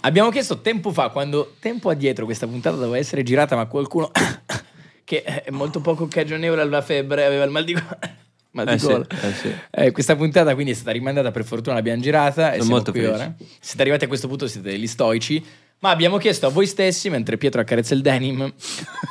Abbiamo chiesto tempo fa, quando tempo addietro questa puntata doveva essere girata, ma qualcuno che è molto poco cagionevole alla febbre aveva il mal di, mal di Eh sì, gola. eh sì. Eh, questa puntata quindi è stata rimandata, per fortuna l'abbiamo girata. e Sono siamo molto qui felice. ora. Siete arrivati a questo punto, siete degli stoici. Ma abbiamo chiesto a voi stessi, mentre Pietro accarezza il denim,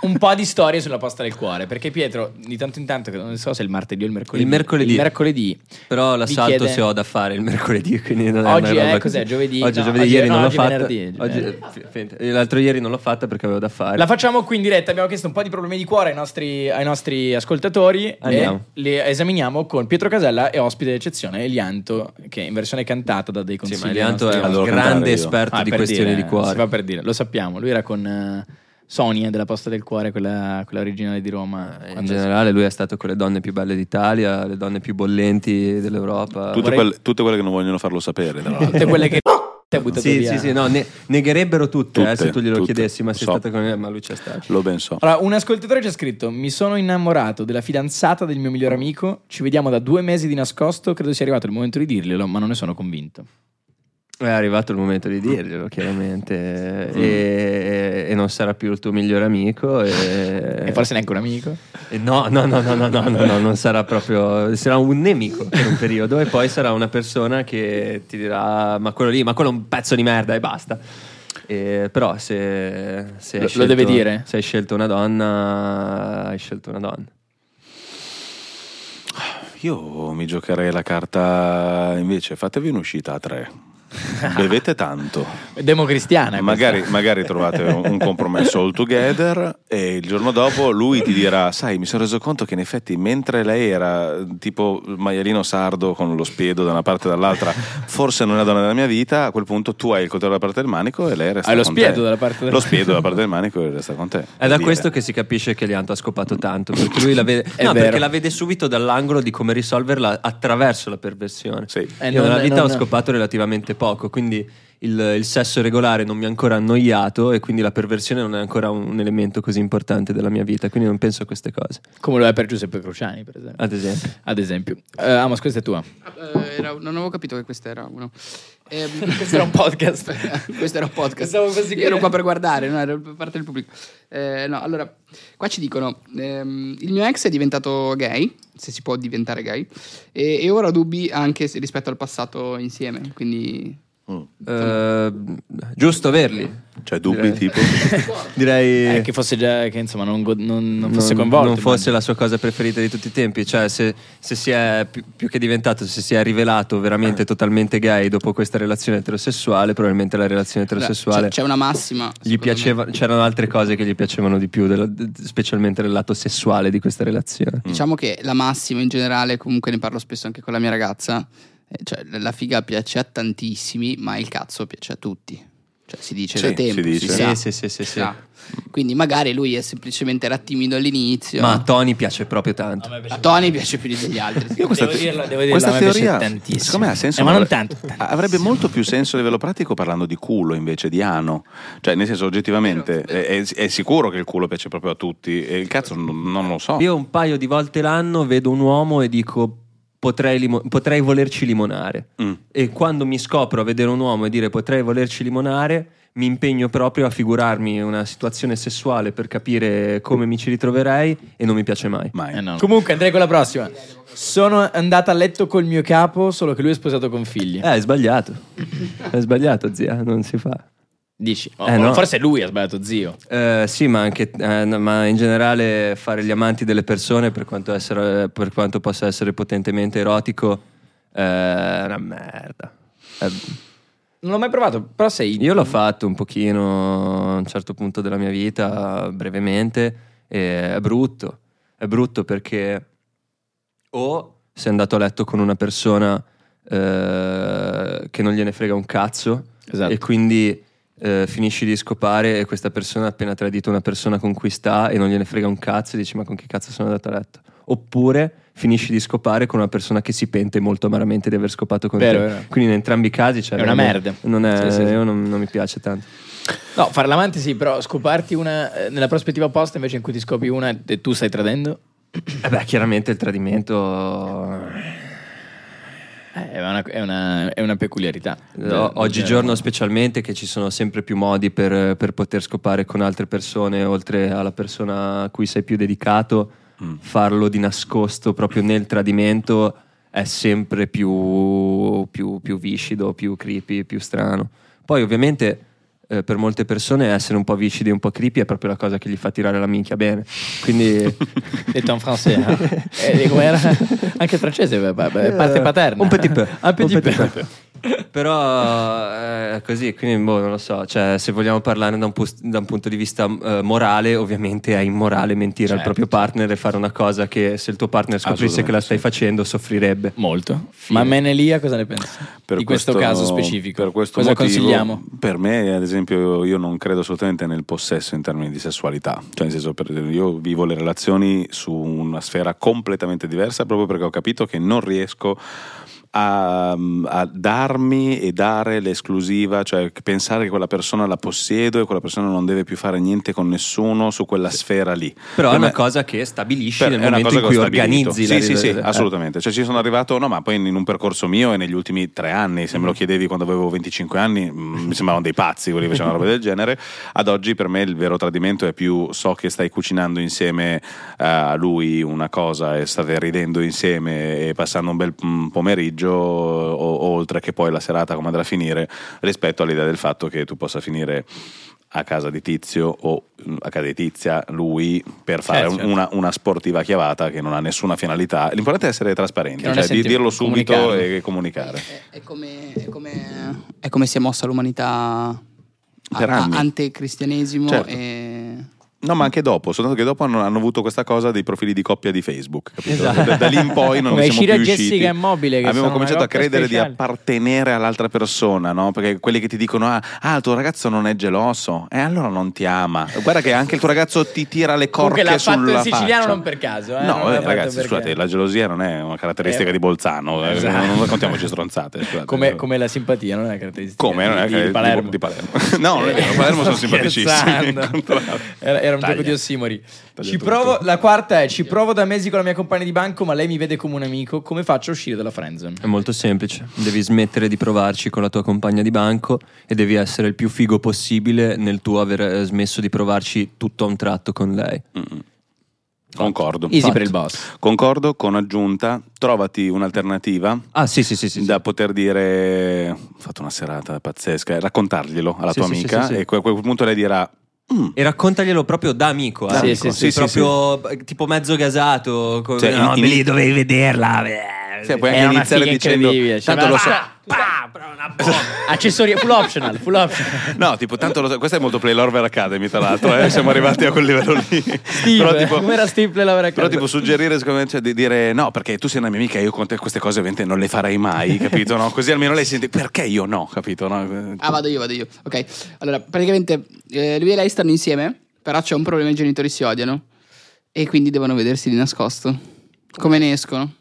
un po' di storie sulla posta del cuore. Perché Pietro, di tanto in tanto, che non so se è il martedì o il mercoledì. Il mercoledì. il mercoledì Però vi l'assalto chiede- se ho da fare il mercoledì, quindi non è una Oggi è- roba cos'è? così. Giovedì? Oggi è No, giovedì, oggi- ieri no, non l'ho oggi è fatta. venerdì. Oggi- finta. eh, L'altro ieri non l'ho fatta perché avevo da fare. La facciamo qui in diretta. Abbiamo chiesto un po' di problemi di cuore ai nostri, ai nostri ascoltatori Andiamo. e le esaminiamo con Pietro Casella e ospite d'eccezione Elianto, che in versione cantata da dei sì, consigli. ma ai Elianto è nostri un ospiti. Allora, grande contrario io. esperto Ah, di per questioni dire, di Si fa cuore. per dire, lo sappiamo. Lui era con eh, Sonia della Posta del Cuore, quella, quella originale di Roma. Eh, In Quando- generale lui è stato con le donne più belle d'Italia, le donne più bollenti dell'Europa. Tutte, Vorrei- quelle, tutte quelle che non vogliono farlo sapere, tra l'altro. Tutte quelle che ti ha buttato Sì, via. sì, sì, no, ne- negherebbero tutte, eh, Tutte, se tu glielo tutte. chiedessi, ma Lo sei so. stata con me, ma lui c'è stato. Lo ben so. Allora, un ascoltatore ci ha scritto: Mi sono innamorato della fidanzata del mio migliore amico. Ci vediamo da due mesi di nascosto. Credo sia arrivato il momento di dirglielo, ma non ne sono convinto. È arrivato il momento di dirglielo, chiaramente, e, e non sarà più il tuo migliore amico. E, E forse neanche un amico. e Eh, no, no, no, no, no, no, no, no, non sarà proprio, sarà un nemico per un periodo e poi sarà una persona che ti dirà, ma quello lì, ma quello è un pezzo di merda e basta. E, però se, se hai Lo- lo deve dire? se hai scelto una donna, hai scelto una donna. Io mi giocherei la carta invece, fatevi un'uscita a tre. Bevete tanto. Democristiana. Magari, questa. magari trovate un un compromesso all together e il giorno dopo lui ti dirà, sai, mi sono reso conto che in effetti mentre lei era tipo il maialino sardo con lo spiedo da una parte e dall'altra, forse non è la donna della mia vita, a quel punto tu hai il controllo dalla parte del manico e lei resta Hai lo con spiedo te. dalla parte del Lo manico. spiedo dalla parte del manico e resta con te. È da Dire. questo che si capisce che Lianto ha scopato tanto, perché lui la vede, È no, vero. perché la vede subito dall'angolo di come risolverla attraverso la perversione. Sì. Eh, Io non- nella vita non- ho scopato relativamente poco, quindi il, il sesso regolare non mi ha ancora annoiato e quindi la perversione non è ancora un, un elemento così importante della mia vita, quindi non penso a queste cose, Come lo è per Giuseppe Cruciani, per esempio. ad esempio. Ad esempio, Eh, Amos, questa è tua. Eh, era- non avevo capito che questo era uno. Ehm, Questo era un podcast. questo era un podcast. Pensavo fosse Io che- ero qua per guardare, no, ero per parte del pubblico. Eh, no, allora, qua ci dicono: ehm, il mio ex è diventato gay, se si può diventare gay, e, e ora ho dubbi anche se- rispetto al passato insieme. Quindi, Mm. Eh, giusto averli, Cioè dubbi Direi. tipo... direi... Eh, che fosse già, che insomma, non, go- non- non fosse non, coinvolto. non fosse immagino. la sua cosa preferita di tutti i tempi. Cioè, se, se si è più, più che diventato, se si è rivelato veramente totalmente gay dopo questa relazione eterosessuale, probabilmente la relazione c'è, eterosessuale. cioè, c'è una massima. gli secondo piaceva, c'erano altre cose che gli piacevano di più, della- specialmente del lato sessuale di questa relazione. Mm. me. Diciamo che la massima in generale, comunque ne parlo spesso anche con la mia ragazza. eh, Cioè, la figa piace a tantissimi, ma il cazzo piace a tutti. Cioè, si dice Sì, da tempo. si dice. si Sì, sa. sì, sì, sì, sì. Ah. Quindi magari lui è semplicemente era timido all'inizio. Ma a Tony piace proprio tanto. eh. a Tony piace più degli altri. Io questa- Devo dirla- devo dirla, a questa me piace teoria, tantissimo. secondo me ha senso. Eh, ma non avre- tanto, tantissimo. Avrebbe molto più senso a livello pratico parlando di culo invece di ano. Cioè, nel senso, oggettivamente è, è sicuro che il culo piace proprio a tutti. E il cazzo non, non lo so. Io un paio di volte l'anno vedo un uomo e dico potrei, limo- potrei volerci limonare. Mm. E quando mi scopro a vedere un uomo e dire potrei volerci limonare, mi impegno proprio a figurarmi una situazione sessuale per capire come mi ci ritroverei e non mi piace mai. Mai. Eh, no. Comunque, andrei con la prossima. Sono andata a letto col mio capo, solo che lui è sposato con figli. Eh, è sbagliato. è sbagliato, zia, non si fa. Dici, oh, Eh, no. forse lui ha sbagliato, zio. Eh, sì, ma anche eh, no, ma in generale fare gli amanti delle persone, per quanto, essere- per quanto possa essere potentemente erotico, eh, è una merda. Eh, È- Non l'ho mai provato, però sei. Io l'ho fatto un pochino a un certo punto della mia vita, brevemente, e è brutto. È brutto perché o sei andato a letto con una persona eh, che non gliene frega un cazzo Esatto. e quindi eh, finisci di scopare e questa persona ha appena tradito una persona con cui sta e non gliene frega un cazzo e dici ma con che cazzo sono andato a letto? Oppure finisci di scopare con una persona che si pente molto amaramente di aver scopato con Vero, te. vero. Quindi in entrambi i casi c'è È una veramente- merda. Non è, Sì, sì, sì. Io non, non mi piace tanto. No, fare l'amante sì, però scoparti una eh, nella prospettiva opposta invece in cui ti scopri una e tu stai tradendo. Eh beh, chiaramente il tradimento Eh, È una, è una- è una peculiarità. eh, Eh, O- oggigiorno specialmente che ci sono sempre più modi per, per poter scopare con altre persone oltre alla persona a cui sei più dedicato Mm. farlo di nascosto proprio nel tradimento è sempre più, più, più viscido più creepy più strano poi ovviamente eh, per molte persone essere un po' viscidi e un po' creepy è proprio la cosa che gli fa tirare la minchia bene quindi Detto in francese, eh? Eh, com'era? anche il francese, beh, beh, beh, parte Eh, paterna. Eh, Un petit peu. Un petit Un peu. petit peu. Però eh, è così, quindi boh, non lo so. Cioè, se vogliamo parlare da un, pus- da un punto di vista eh, morale, ovviamente è immorale mentire al Certo. proprio partner e fare una cosa che se il tuo partner scoprisse Assolutamente, che la stai sì. facendo soffrirebbe. Molto. Ma Menelia cosa ne pensi? Per Di questo, caso specifico. Per questo cosa motivo, consigliamo? Per me, ad esempio, io non credo assolutamente nel possesso in termini di sessualità. Cioè, nel senso, per- io vivo le relazioni su una sfera completamente diversa proprio perché ho capito che non riesco a, a darmi e dare l'esclusiva, cioè pensare che quella persona la possiedo e quella persona non deve più fare niente con nessuno su quella sfera lì. Però è Per una me- cosa che stabilisci per- nel è una momento cosa in che cui ho stabilito. organizzi sì, la sì, sì, eh. assolutamente. Cioè, ci sono arrivato, no, ma poi in un percorso mio e negli ultimi tre anni, se me Mm-hmm. lo chiedevi quando avevo 25 anni, mm, mi sembravano dei pazzi quelli che facevano roba del genere. Ad oggi, per me, il vero tradimento è più so che stai cucinando insieme eh, a lui una cosa e state ridendo insieme e passando un bel mm, pomeriggio, o- oltre che poi la serata come andrà a finire, rispetto all'idea del fatto che tu possa finire a casa di tizio o mm, a casa di tizia lui per fare certo. una, una sportiva chiavata che non ha nessuna finalità l'importante è essere trasparenti Che non cioè è di senti- dirlo subito comunicarlo. e comunicare È, è come, è, come, è come si è mossa l'umanità Per anni. antecristianesimo Certo. e... no ma anche dopo soltanto che dopo hanno, hanno avuto questa cosa dei profili di coppia di Facebook capito? Esatto. da, da lì in poi non Come ne siamo Shira più e Jessica usciti e Mobile, che sono abbiamo una cominciato a coppia credere speciale. di appartenere all'altra persona no? perché quelli che ti dicono ah, ah il tuo ragazzo non è geloso e allora non ti ama guarda che anche il tuo ragazzo ti tira le Comunque corche l'ha fatto sulla il siciliano faccia. non per caso, eh, non no l'ha eh, fatto ragazzi perché. scusate la gelosia non è una caratteristica Eh, di Bolzano eh, esatto. non raccontiamoci stronzate scusate. Come, come la simpatia, non è una caratteristica Come? Non è di- una di, caratteristica Palermo. di Palermo. No, non è vero, Palermo sono Sto simpaticissimi. scherzando. Il contrario. Era, era un Taglia. gioco di ossimori. Taglia Ci tutto. provo, la quarta è: ci provo da mesi con la mia compagna di banco, ma lei mi vede come un amico. Come faccio a uscire dalla friendzone? È molto semplice, devi smettere di provarci con la tua compagna di banco e devi essere il più figo possibile nel tuo aver eh, smesso di provarci tutto a un tratto con lei. Mm-mm. Concordo. Easy Fatto. per il boss. Concordo con aggiunta, trovati un'alternativa Ah sì sì sì sì. sì. da poter dire ho fatto una serata pazzesca, e raccontarglielo alla Sì, tua sì, amica sì, sì, sì. e a quel punto lei dirà "Mm, E raccontaglielo proprio da amico, eh? Da amico, Sei sì, sì, proprio eh, tipo mezzo gasato. Con... Cioè, in- in- dovevi vederla. beh. Sì, puoi Era anche una iniziare figa dicendo incredibile, cioè, tanto ma lo va, so. Pa, però una bomba. Accessoria full optional, full optional. No, tipo tanto lo so. Questo è molto Playlorver Academy, tra l'altro, eh, siamo arrivati a quel livello lì. Però, tipo- come era Steve Playlorver Academy? Però tipo suggerire secondo me cioè, di dire no, perché tu sei una mia amica e io con te queste cose ovviamente non le farei mai, capito? No? Così almeno lei sente perché io no, capito? No? Ah, vado io, vado io. Ok. Allora, praticamente eh, lui e lei stanno insieme, però c'è un problema, i genitori si odiano e quindi devono vedersi di nascosto. Come ne escono?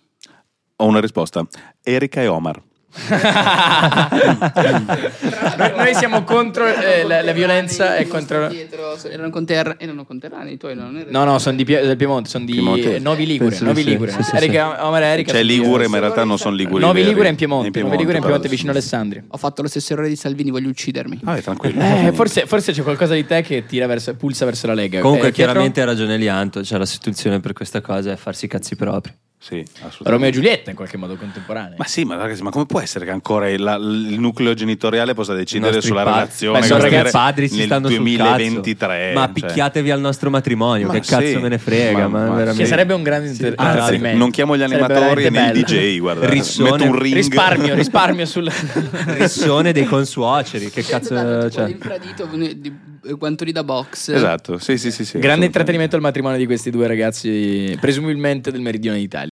Ho una risposta. Erika e Omar. noi, noi siamo contro eh, la, la violenza e e contro... erano conter- erano conterranei i tuoi, non No, erano- no, sono di Pie- del Piemonte, sono di Piemonte. eh, Novi Ligure. Penso di Novi sì. Ligure. Sì, sì, Erika, Omar e Erika C'è sono di- Cioè, Ligure, ma in realtà non sono Liguri. Novi veri. Ligure è in Piemonte. Novi Ligure è in Piemonte, vicino Alessandria. Ho fatto lo stesso errore di Salvini, voglio uccidermi. Vabbè, Ah, tranquillo. Eh, forse, forse c'è qualcosa di te che tira verso, pulsa verso la Lega. Comunque, Eh, Pietro? chiaramente ha ragione Lianto. Cioè, la situazione per questa cosa è farsi i cazzi propri. Sì, assolutamente. Romeo e Giulietta in qualche modo contemporanea. Ma sì, ma ragazzi, ma come può essere che ancora la- il nucleo genitoriale possa decidere nostri sulla pa- relazione Ma che sono vuol ragazzi dire padri si nel stanno sul cazzo. 2023, Ma cioè. picchiatevi al nostro matrimonio. Ma che cazzo sì. me ne frega? Ma- Ma, ma- veramente. Che sarebbe un grande inter- Ah, Ragazzi, rimedio. non chiamo gli Sarebbe animatori né i veramente bello. DJ, guarda. Rissone. Metto un ring. Risparmio, risparmio sul... Rissone dei consuoceri. Che cazzo. Cioè. Cioè. L'infradito, di- di- guantoni da box. Esatto, sì, sì, sì. sì Grande assolutamente. intrattenimento al matrimonio di questi due ragazzi, presumibilmente del meridione d'Italia.